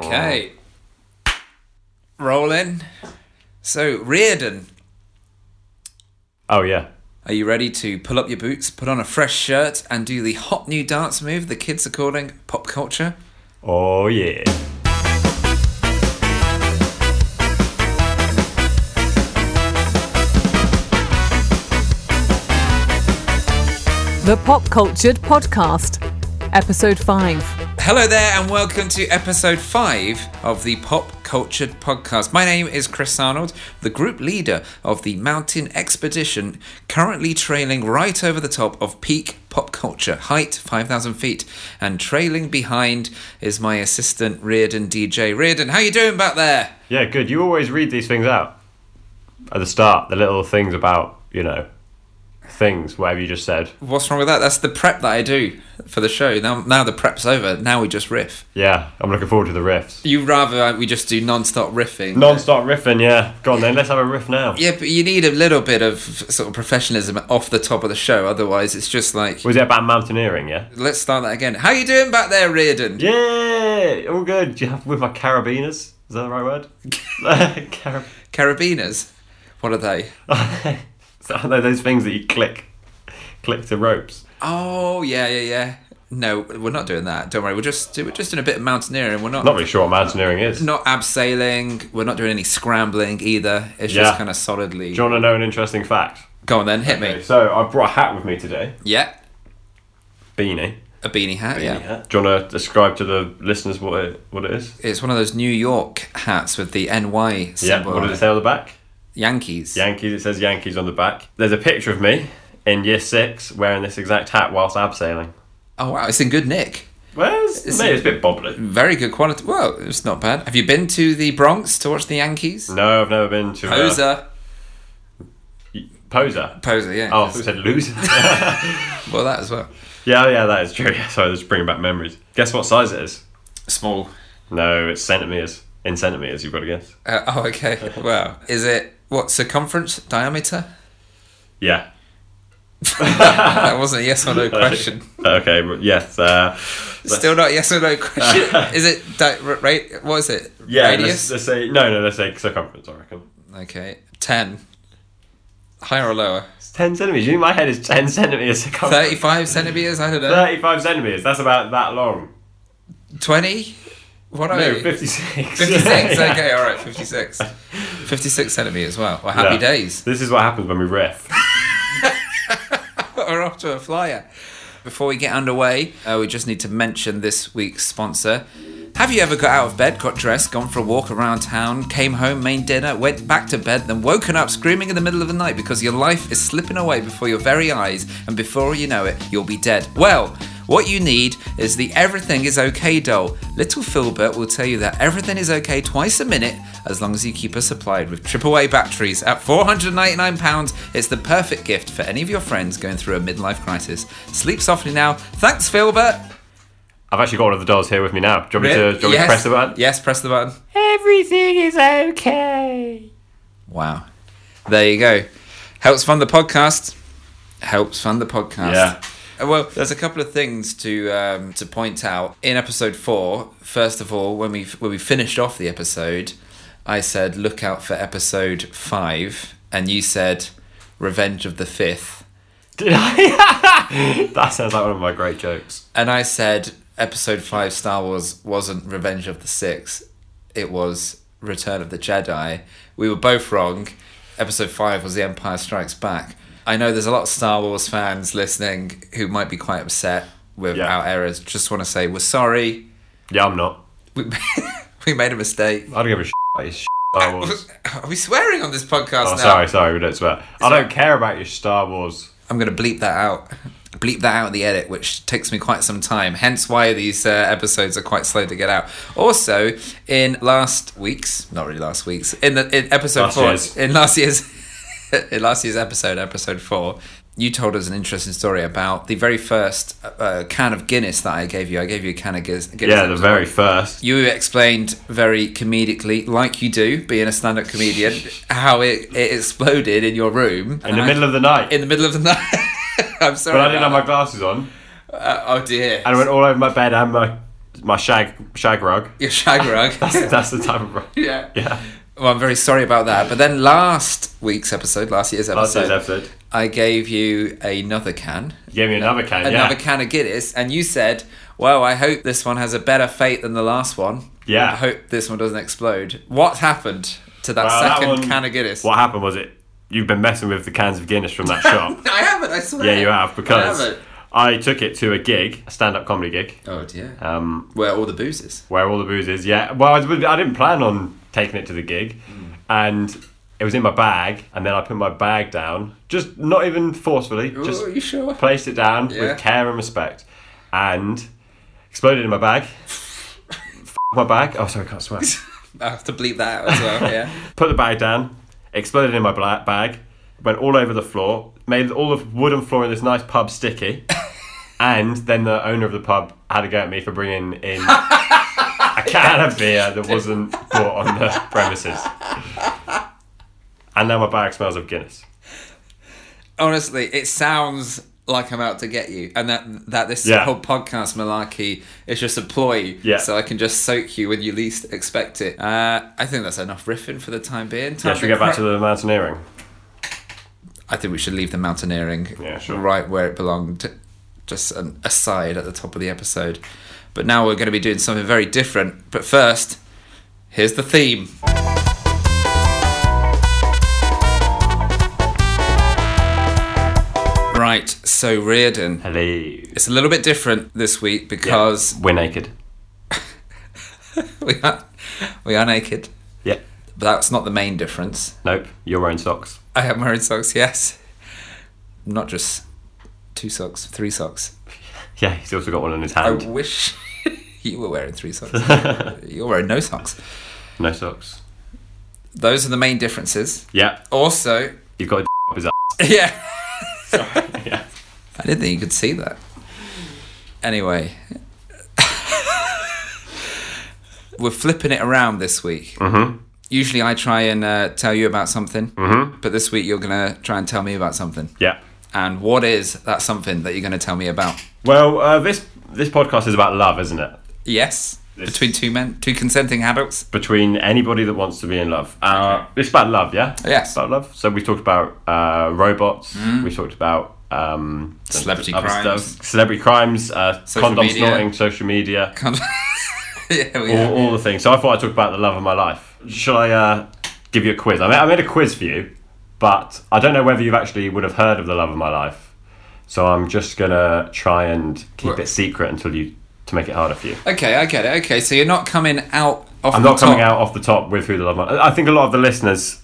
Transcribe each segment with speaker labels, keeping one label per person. Speaker 1: Okay. Rolling. So, Reardon,
Speaker 2: Oh yeah.
Speaker 1: are you ready to pull up your boots, put on a fresh shirt, and do the hot new dance move the kids are calling pop culture?
Speaker 2: Oh yeah.
Speaker 3: The Pop Cultured Podcast, Episode 5.
Speaker 1: Hello there, and welcome to episode 5 of the Pop Cultured Podcast. My name is Chris Arnold, the group leader of the Mountain Expedition, currently trailing right over the top of peak pop culture, height 5,000 feet. And trailing behind is my assistant, Reardon DJ. Reardon, how you doing back there?
Speaker 2: Yeah, good. You always read these things out at the start, the little things about, you know, things, whatever you just said.
Speaker 1: What's wrong with that? That's the prep that I do for the show. Now, now the prep's over. Now we just riff.
Speaker 2: Yeah, I'm looking forward to the riffs.
Speaker 1: You rather uh, we just do non-stop riffing.
Speaker 2: Non-stop riffing, yeah. Go on then, let's have a riff now.
Speaker 1: Yeah, but you need a little bit of sort of professionalism off the top of the show. Otherwise, it's just like
Speaker 2: Was it about mountaineering, yeah?
Speaker 1: let's start that again. How you doing back there, Reardon?
Speaker 2: Yeah, all good. Do you have with my carabiners? Is that the right word? Carab-
Speaker 1: Carabiners. What are they?
Speaker 2: So are they those things that you click, click to ropes?
Speaker 1: Oh yeah, yeah, yeah. No, we're not doing that. Don't worry. We're just we're just doing a bit of mountaineering. We're not
Speaker 2: Not really sure what mountaineering is.
Speaker 1: not abseiling. We're not doing any scrambling either. It's
Speaker 2: Yeah.
Speaker 1: just kind of solidly.
Speaker 2: Do you want to know an interesting fact?
Speaker 1: Go on then, hit me.
Speaker 2: So I brought a hat with me today,
Speaker 1: Yeah,
Speaker 2: beanie.
Speaker 1: a beanie hat. yeah.
Speaker 2: Do you want to describe to the listeners what it, what it is?
Speaker 1: It's one of those New York hats with the NY
Speaker 2: Yeah.
Speaker 1: symbol. on
Speaker 2: What does
Speaker 1: it.
Speaker 2: it say on the back?
Speaker 1: Yankees.
Speaker 2: Yankees. It says Yankees on the back. There's a picture of me in year six wearing this exact hat whilst abseiling.
Speaker 1: Oh wow, it's in good nick.
Speaker 2: Where's
Speaker 1: Is
Speaker 2: mate?
Speaker 1: it-
Speaker 2: It's a bit bobbly.
Speaker 1: Very good quality. Well, it's not bad. Have you been to the Bronx to watch the Yankees?
Speaker 2: No, I've never been to uh,
Speaker 1: Poser.
Speaker 2: poser.
Speaker 1: Poser, yeah.
Speaker 2: Oh, I thought you said loser.
Speaker 1: Well, that as well.
Speaker 2: yeah, yeah, that is true. Sorry, that's bringing back memories. Guess what size it is?
Speaker 1: Small.
Speaker 2: No, it's centimeters. In centimeters, you've got to guess.
Speaker 1: Uh, oh, okay. Wow. Is it what circumference diameter?
Speaker 2: Yeah.
Speaker 1: That wasn't a yes or no question.
Speaker 2: Okay. well, Yes. Uh, let's-
Speaker 1: Still not a yes or no question. Is it di- ra- rate? What is it?
Speaker 2: yeah. Let's,
Speaker 1: Radius.
Speaker 2: let's say no, no. Let's say circumference. I reckon.
Speaker 1: Okay. Ten. Higher or lower?
Speaker 2: It's ten centimeters. You think my head is ten centimeters circumference?
Speaker 1: Thirty-five centimeters. I don't know.
Speaker 2: 35 centimeters. That's about that long.
Speaker 1: 20? What are
Speaker 2: No,
Speaker 1: you?
Speaker 2: 56.
Speaker 1: 56?
Speaker 2: Yeah.
Speaker 1: Okay, all right, 56. 56 centimetres, wow. Well, happy
Speaker 2: Yeah.
Speaker 1: days.
Speaker 2: This is what happens when we riff.
Speaker 1: We're off to a flyer. Before we get underway, uh, we just need to mention this week's sponsor. Have you ever got out of bed, got dressed, gone for a walk around town, came home, made dinner, went back to bed, then woken up screaming in the middle of the night because your life is slipping away before your very eyes, and before you know it, you'll be dead? Well, what you need is the Everything is OK doll. Little Filbert will tell you that everything is OK twice a minute as long as you keep us supplied with AAA batteries. At £499, it's the perfect gift for any of your friends going through a midlife crisis. Sleep softly now. Thanks, Filbert.
Speaker 2: I've actually got one of the dolls here with me now. Do you want me to, do you want me to press the button?
Speaker 1: Yes, press the button.
Speaker 2: Everything is okay.
Speaker 1: Wow. There you go. Helps fund the podcast. Helps fund the podcast.
Speaker 2: Yeah.
Speaker 1: Uh, Well, there's a couple of things to um, to point out in episode four. First of all, when we when we finished off the episode, I said look out for episode five, and you said Revenge of the Fifth,
Speaker 2: Did I? that sounds like one of my great jokes.
Speaker 1: and I said episode five Star Wars wasn't Revenge of the Sixth, it was Return of the Jedi. We were both wrong. Episode five was The Empire Strikes Back. I know there's a lot of Star Wars fans listening who might be quite upset with
Speaker 2: Yeah.
Speaker 1: our errors. Just want to say we're sorry.
Speaker 2: Yeah, I'm not.
Speaker 1: we, we made a mistake.
Speaker 2: I don't give a shit about your shit Star Wars.
Speaker 1: Are we swearing on this podcast
Speaker 2: Oh,
Speaker 1: now?
Speaker 2: sorry, sorry, we don't swear. I don't care about your Star Wars.
Speaker 1: I'm going to bleep that out. Bleep that out in the edit, which takes me quite some time. Hence why these uh, episodes are quite slow to get out. Also, in last week's, not really last week's, in the in episode
Speaker 2: Last
Speaker 1: four,
Speaker 2: year's.
Speaker 1: in last year's, in last year's episode, episode four, you told us an interesting story about the very first uh, can of Guinness that I gave you. I gave you a can of Guinness. Guinness
Speaker 2: Yeah,
Speaker 1: that
Speaker 2: the
Speaker 1: was
Speaker 2: very first.
Speaker 1: you explained very comedically, like you do, being a stand-up comedian, how it, it exploded in your room
Speaker 2: In the middle of the night.
Speaker 1: in the middle of the night. I'm sorry.
Speaker 2: But I didn't
Speaker 1: about
Speaker 2: have my glasses on.
Speaker 1: that. Uh, oh dear.
Speaker 2: And I went all over my bed and my my shag shag rug.
Speaker 1: Your shag rug.
Speaker 2: That's, that's the type of rug.
Speaker 1: yeah.
Speaker 2: Yeah.
Speaker 1: Well, I'm very sorry about that. But then last week's episode, last year's
Speaker 2: Last
Speaker 1: episode,
Speaker 2: year's episode.
Speaker 1: I gave you another can,
Speaker 2: You gave me another can.
Speaker 1: another
Speaker 2: yeah.
Speaker 1: can of Guinness, and you said, "Well, I hope this one has a better fate than the last one.
Speaker 2: Yeah.
Speaker 1: I hope this one doesn't explode." What happened to that
Speaker 2: Well, Uh, that
Speaker 1: second
Speaker 2: one-
Speaker 1: can of Guinness?
Speaker 2: What happened was it? You've been messing with the cans of Guinness from that shop.
Speaker 1: I haven't. I swear.
Speaker 2: yeah, you have because
Speaker 1: I haven't.
Speaker 2: I took it to a gig, a stand-up comedy gig.
Speaker 1: Oh dear.
Speaker 2: Um,
Speaker 1: Where all the booze is.
Speaker 2: where all the booze is. Yeah. Well, I, was- I didn't plan on taking it to the gig,
Speaker 1: Hmm.
Speaker 2: and it was in my bag, and then I put my bag down, just not even forcefully, just
Speaker 1: Ooh, are you sure?
Speaker 2: placed it down
Speaker 1: Yeah.
Speaker 2: with care and respect, and exploded in my bag. F- my bag. Oh, sorry, I can't swear.
Speaker 1: I have to bleep that out as well. Yeah.
Speaker 2: Put the bag down. Exploded in my bla- bag. Went all over the floor. Made all the wooden floor in this nice pub sticky. And then the owner of the pub had a go at me for bringing in a can of beer that wasn't bought on the premises. And now my bag smells of Guinness.
Speaker 1: honestly, it sounds like I'm out to get you, and that that this
Speaker 2: Yeah.
Speaker 1: whole podcast malarkey is just a ploy,
Speaker 2: Yeah.
Speaker 1: so I can just soak you when you least expect it. Uh, I think that's enough riffing for the time being. Time
Speaker 2: Yeah, should we
Speaker 1: to
Speaker 2: get back
Speaker 1: crack-
Speaker 2: to the mountaineering?
Speaker 1: I think we should leave the mountaineering
Speaker 2: Yeah, sure.
Speaker 1: right where it belonged, just an aside at the top of the episode. But now we're going to be doing something very different. But first, here's the theme. Right, so Reardon,
Speaker 2: Hello.
Speaker 1: it's a little bit different this week because
Speaker 2: We're naked.
Speaker 1: we are we are naked,
Speaker 2: Yeah.
Speaker 1: but that's not the main difference.
Speaker 2: Nope. You're wearing socks.
Speaker 1: I have my own socks, yes, not just two socks, three socks.
Speaker 2: Yeah, he's also got one in his
Speaker 1: I
Speaker 2: hand.
Speaker 1: wish you were wearing three socks. You're wearing no socks.
Speaker 2: No socks.
Speaker 1: Those are the main differences.
Speaker 2: Yeah.
Speaker 1: Also,
Speaker 2: You've got a d- up his ass.
Speaker 1: yeah,
Speaker 2: yeah.
Speaker 1: I didn't think you could see that. Anyway, we're flipping it around this week.
Speaker 2: Mm-hmm.
Speaker 1: Usually, I try and uh, tell you about something, but this week you're gonna try and tell me about something.
Speaker 2: Yeah.
Speaker 1: And what is that something that you're gonna tell me about?
Speaker 2: Well, uh, this this podcast is about love, isn't it?
Speaker 1: Yes,
Speaker 2: This-
Speaker 1: between two men, two consenting adults.
Speaker 2: Between anybody that wants to be in love. Uh, it's about love, yeah.
Speaker 1: Yes.
Speaker 2: about love. So we talked about uh, robots. We talked about um,
Speaker 1: Mm. Celebrity
Speaker 2: other
Speaker 1: crimes.
Speaker 2: celebrity crimes, uh,
Speaker 1: Social
Speaker 2: condom
Speaker 1: media.
Speaker 2: snorting, social media,
Speaker 1: Come- yeah, we
Speaker 2: all, all the things. So I thought I'd talk about the love of my life. Shall I uh, give you a quiz? I made, I made a quiz for you, but I don't know whether you actually would have heard of the love of my life. So I'm just gonna try and keep
Speaker 1: Well-
Speaker 2: it secret until you to make it harder for you.
Speaker 1: Okay, I get it. Okay, so you're not coming out off
Speaker 2: I'm
Speaker 1: the
Speaker 2: not
Speaker 1: top.
Speaker 2: coming out off the top with who the love of my. I think a lot of the listeners,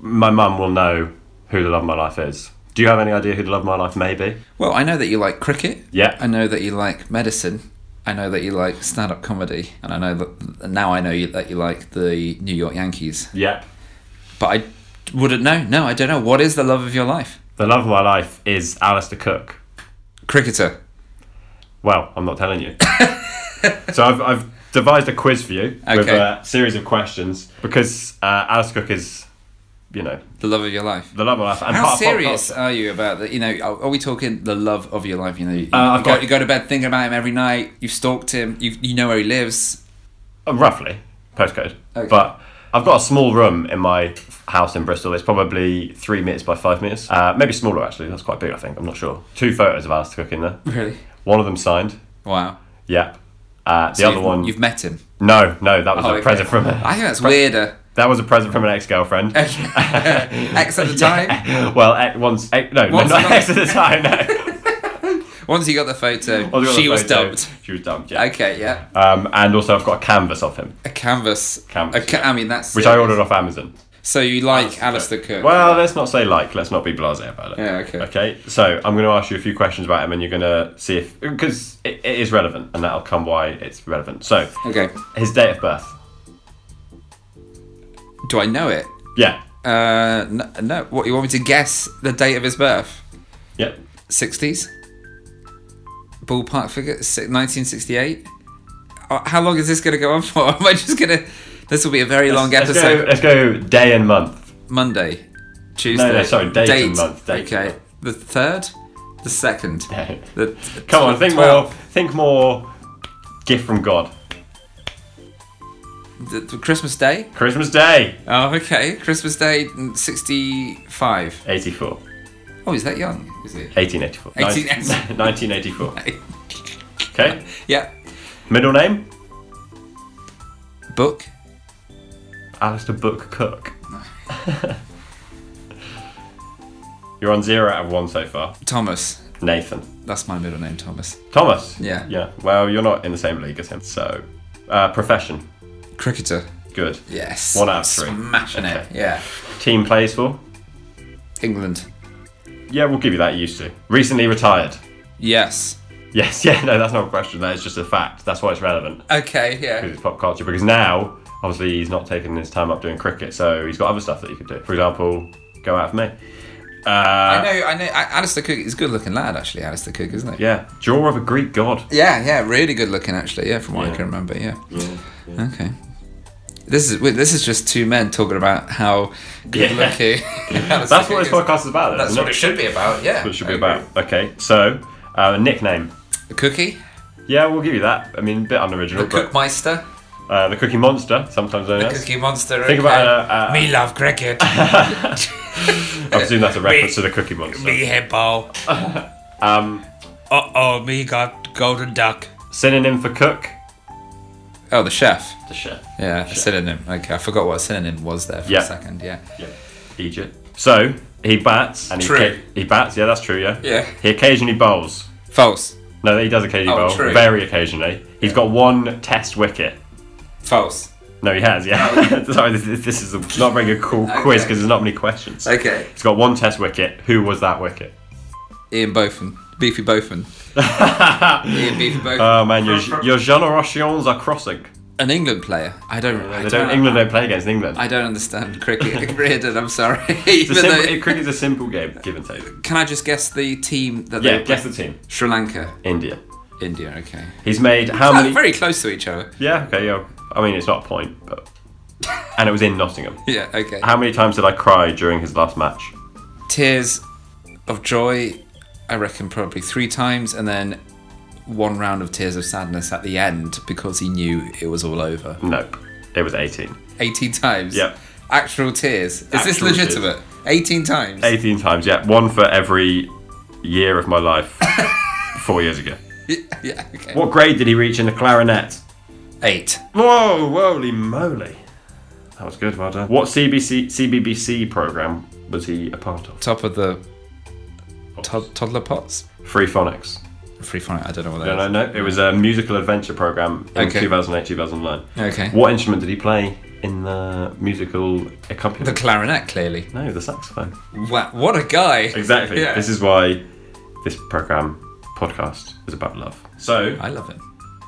Speaker 2: my mum will know who the love of my life is. Do you have any idea who the love of my life may be?
Speaker 1: Well, I know that you like cricket.
Speaker 2: Yeah.
Speaker 1: I know that you like medicine. I know that you like stand-up comedy, and I know that now I know you, that you like the New York Yankees.
Speaker 2: Yeah.
Speaker 1: But I wouldn't know. No, I don't know. What is the love of your life?
Speaker 2: The love of my life is Alistair Cook.
Speaker 1: Cricketer.
Speaker 2: Well, I'm not telling you. so I've, I've devised a quiz for you with
Speaker 1: Okay.
Speaker 2: a series of questions because uh, Alistair Cook is, you know,
Speaker 1: The love of your life.
Speaker 2: the love of my life. And
Speaker 1: How
Speaker 2: part of pop
Speaker 1: serious
Speaker 2: culture.
Speaker 1: are you about that? You know, are are we talking the love of your life? You know, you,
Speaker 2: Uh, I've
Speaker 1: you, go,
Speaker 2: got-
Speaker 1: you go to bed thinking about him every night. You've stalked him. You you know where he lives.
Speaker 2: Uh, roughly postcode
Speaker 1: Okay.
Speaker 2: but i've got a small room in my house in bristol it's probably three meters by five meters uh, maybe smaller actually that's quite big i think i'm not sure two photos of alice cook in there
Speaker 1: Really?
Speaker 2: one of them signed
Speaker 1: Wow.
Speaker 2: yep uh, the
Speaker 1: So
Speaker 2: other
Speaker 1: you've-
Speaker 2: one
Speaker 1: You've met him.
Speaker 2: no no that was
Speaker 1: Oh,
Speaker 2: a
Speaker 1: okay.
Speaker 2: present from
Speaker 1: I
Speaker 2: a,
Speaker 1: think that's weirder.
Speaker 2: that was a present from an ex-girlfriend
Speaker 1: X at the time.
Speaker 2: well ex- once ex- no,
Speaker 1: Once
Speaker 2: no
Speaker 1: not-
Speaker 2: not ex at the time no
Speaker 1: Once you got the photo,
Speaker 2: Once we got
Speaker 1: she
Speaker 2: the
Speaker 1: was
Speaker 2: photo,
Speaker 1: dumped.
Speaker 2: she was dumped yeah
Speaker 1: Okay, yeah.
Speaker 2: um, and also i've got a canvas of him
Speaker 1: A canvas.
Speaker 2: Canvas,
Speaker 1: A ca- I mean, that's.
Speaker 2: which i ordered off amazon
Speaker 1: So you like Alistair Cook?
Speaker 2: Well, let's not say like. Let's not be blasé about it.
Speaker 1: Yeah, okay.
Speaker 2: Okay. So I'm going to ask you a few questions about him, and you're going to see if because it, it is relevant, and that'll come why it's relevant. So
Speaker 1: Okay.
Speaker 2: his date of birth.
Speaker 1: Do I know it?
Speaker 2: Yeah.
Speaker 1: Uh, no, no. What, you want me to guess the date of his birth?
Speaker 2: Yep.
Speaker 1: 60s? Ballpark figure? Si- 1968? Uh, How long is this going to go on for? Am I just going to. This will be a very long
Speaker 2: Let's
Speaker 1: episode.
Speaker 2: go, let's go day and month.
Speaker 1: Monday, Tuesday.
Speaker 2: sorry, date and month, date.
Speaker 1: Okay. The third? The second?
Speaker 2: Date.
Speaker 1: The
Speaker 2: Come on, think
Speaker 1: twelfth.
Speaker 2: more. Think more Gift from God.
Speaker 1: Th- th- Christmas Day?
Speaker 2: Christmas Day,
Speaker 1: Oh, okay. Christmas Day, mm, 65.
Speaker 2: 84.
Speaker 1: Oh, is that young? Is it?
Speaker 2: 1884.
Speaker 1: 1884.
Speaker 2: 1984. Okay.
Speaker 1: yeah.
Speaker 2: Middle name?
Speaker 1: Book?
Speaker 2: Alistair Book Cook. You're on zero out of one so far.
Speaker 1: Thomas.
Speaker 2: Nathan.
Speaker 1: That's my middle name, Thomas.
Speaker 2: Thomas.
Speaker 1: Yeah.
Speaker 2: Yeah. Well, you're not in the same league as him. So, uh, profession.
Speaker 1: Cricketer.
Speaker 2: Good.
Speaker 1: Yes.
Speaker 2: One out of three.
Speaker 1: Smashing it.
Speaker 2: Okay.
Speaker 1: Yeah.
Speaker 2: Team plays for?
Speaker 1: England.
Speaker 2: Yeah, we'll give you that. you Used to. Recently retired.
Speaker 1: Yes.
Speaker 2: Yes. Yeah. No, that's not a question. That is just a fact. That's why it's relevant.
Speaker 1: Okay,
Speaker 2: because
Speaker 1: yeah.
Speaker 2: it's pop culture. Because now, obviously, he's not taking his time up doing cricket, so he's got other stuff that he could do. For example, go out for me. Uh,
Speaker 1: I know, I know. A- Alistair Cook is a good looking lad, actually, Alistair Cook, isn't he?
Speaker 2: Yeah, jaw of a Greek god.
Speaker 1: Yeah, yeah, really good looking actually. Yeah, from what I
Speaker 2: Yeah.
Speaker 1: can remember. Yeah. Okay. This is wait, this is just two men talking about how good
Speaker 2: Yeah.
Speaker 1: looking.
Speaker 2: That's what this podcast is about.
Speaker 1: That's
Speaker 2: isn't
Speaker 1: what it should be about. Yeah.
Speaker 2: That's what it should be about. Okay, so uh, nickname.
Speaker 1: A cookie,
Speaker 2: Yeah, we'll give you that. I mean, a bit unoriginal,
Speaker 1: the
Speaker 2: but
Speaker 1: cookmeister,
Speaker 2: uh, the Cookie Monster, sometimes known
Speaker 1: the
Speaker 2: as.
Speaker 1: cookie monster. okay.
Speaker 2: Think about, uh, uh,
Speaker 1: me love cricket,
Speaker 2: I presume that's a reference to
Speaker 1: Me-
Speaker 2: the Cookie Monster.
Speaker 1: me hit ball. um. Uh oh, me got golden duck.
Speaker 2: Synonym for cook.
Speaker 1: Oh, the chef.
Speaker 2: The chef.
Speaker 1: Yeah, a synonym. Okay, I forgot what a synonym was there for
Speaker 2: Yeah.
Speaker 1: a second. Yeah.
Speaker 2: Yeah. Egypt. So he bats and he
Speaker 1: True.
Speaker 2: ca- he bats. Yeah, that's true. Yeah.
Speaker 1: Yeah.
Speaker 2: He occasionally bowls.
Speaker 1: False.
Speaker 2: No, he does occasionally
Speaker 1: Oh,
Speaker 2: bowl.
Speaker 1: true.
Speaker 2: Very occasionally. He's got one test wicket.
Speaker 1: False.
Speaker 2: No, he has, yeah. Sorry, this, this- this is a, not very good cool quiz
Speaker 1: Oh. Okay.
Speaker 2: because there's not many questions.
Speaker 1: Okay.
Speaker 2: He's got one test wicket. Who was that wicket?
Speaker 1: Ian Botham. Beefy Botham. Ian Beefy Botham.
Speaker 2: Oh, man, your, your generations are crossing.
Speaker 1: An England player. I don't. I
Speaker 2: They
Speaker 1: don't,
Speaker 2: don't, England don't play against England.
Speaker 1: I don't understand cricket, Reardon. I'm sorry. Even
Speaker 2: It's a simple,
Speaker 1: though-
Speaker 2: it- cricket's a simple game, give and take.
Speaker 1: can I just guess the team that
Speaker 2: Yeah,
Speaker 1: they?
Speaker 2: guess the team.
Speaker 1: Sri Lanka,
Speaker 2: India.
Speaker 1: India. Okay.
Speaker 2: He's made how
Speaker 1: Oh,
Speaker 2: many?
Speaker 1: very close to each other.
Speaker 2: Yeah, okay, yeah. I mean, it's not a point, but. And it was in Nottingham.
Speaker 1: Yeah. Okay.
Speaker 2: How many times did I cry during his last match?
Speaker 1: Tears of joy. I reckon probably three times, and then one round of tears of sadness at the end because he knew it was all over.
Speaker 2: Nope. It was 18.
Speaker 1: 18 times.
Speaker 2: Yep.
Speaker 1: Actual tears. Is this
Speaker 2: Actual tears.
Speaker 1: legitimate? 18 times.
Speaker 2: 18 times, yeah. One for every year of my life. Four years ago.
Speaker 1: yeah. Okay.
Speaker 2: What grade did he reach in the clarinet?
Speaker 1: Eight.
Speaker 2: Whoa, holy moly. That was good, well done. What CBC, CBBC programme was he a part of?
Speaker 1: Top of the tod- toddler pots.
Speaker 2: Free Phonics.
Speaker 1: Free phonic. I don't know what that
Speaker 2: No,
Speaker 1: is.
Speaker 2: no, no. It was a musical adventure programme in
Speaker 1: Okay.
Speaker 2: 2008, 2009.
Speaker 1: Okay.
Speaker 2: What instrument did he play in the musical accompaniment?
Speaker 1: The clarinet, clearly.
Speaker 2: no, the saxophone.
Speaker 1: Wow, what a guy!
Speaker 2: Exactly.
Speaker 1: Yeah.
Speaker 2: This is why this programme, podcast, is about love. So,
Speaker 1: I love him.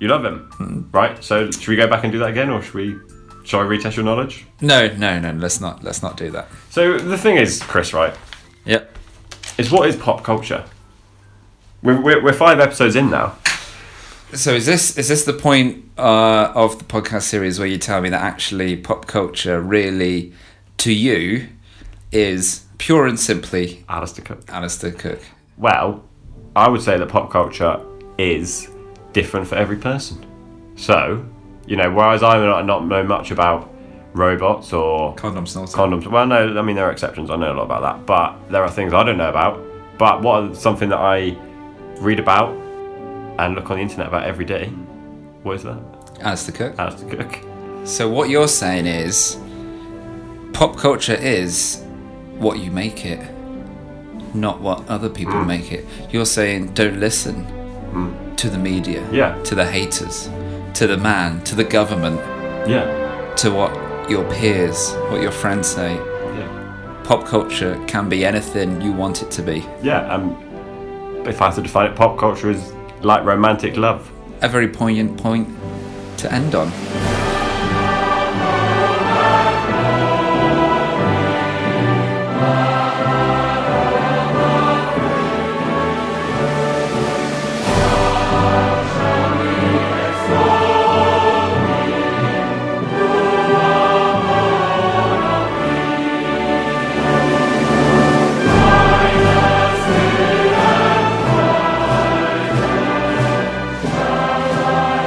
Speaker 2: You love him, right? So should we go back and do that again, or should we? Shall I retest your knowledge?
Speaker 1: No, no, no. Let's not. Let's not do that.
Speaker 2: So the thing is, Chris, right?
Speaker 1: Yep.
Speaker 2: Is what is pop culture? We're, we're, we're five episodes in now.
Speaker 1: So is this is this the point uh, of the podcast series where you tell me that actually pop culture really, to you, is pure and simply
Speaker 2: Alistair Cook.
Speaker 1: Alistair Cook?
Speaker 2: Well, I would say that pop culture is different for every person. So, you know, whereas I not not know much about robots or
Speaker 1: Condom snorter.
Speaker 2: condoms. Well, no, I mean there are exceptions. I know a lot about that, but there are things I don't know about. But what are something that I read about and look on the internet about every day? What is that?
Speaker 1: Alistair Cook.
Speaker 2: Alistair Cook.
Speaker 1: So what you're saying is, pop culture is what you make it, not what other people make it. You're saying don't listen to the media,
Speaker 2: Yeah.
Speaker 1: to the haters, to the man, to the government,
Speaker 2: Yeah.
Speaker 1: to what your peers, what your friends say.
Speaker 2: Yeah.
Speaker 1: Pop culture can be anything you want it to be.
Speaker 2: Yeah. Um, if I had to define it, pop culture is like romantic love.
Speaker 1: A very poignant point to end on.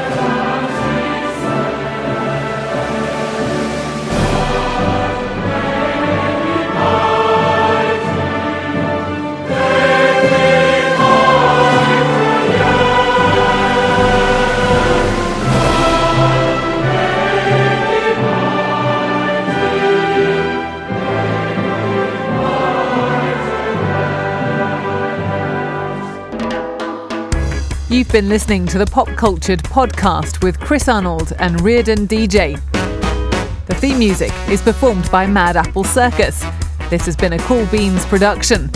Speaker 4: Thank
Speaker 3: been listening to the Pop Cultured podcast with Chris Arnold and Reardon DJ. The theme music is performed by Mad Apple Circus. This has been a Cool Beans production.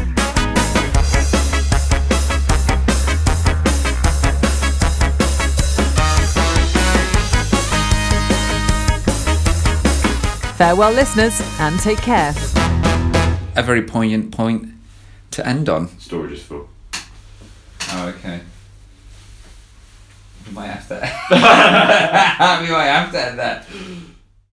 Speaker 3: Farewell, listeners, and take care.
Speaker 1: A very poignant point to end on.
Speaker 2: Storage is full.
Speaker 1: Oh, okay. We might have to. we might have to end that.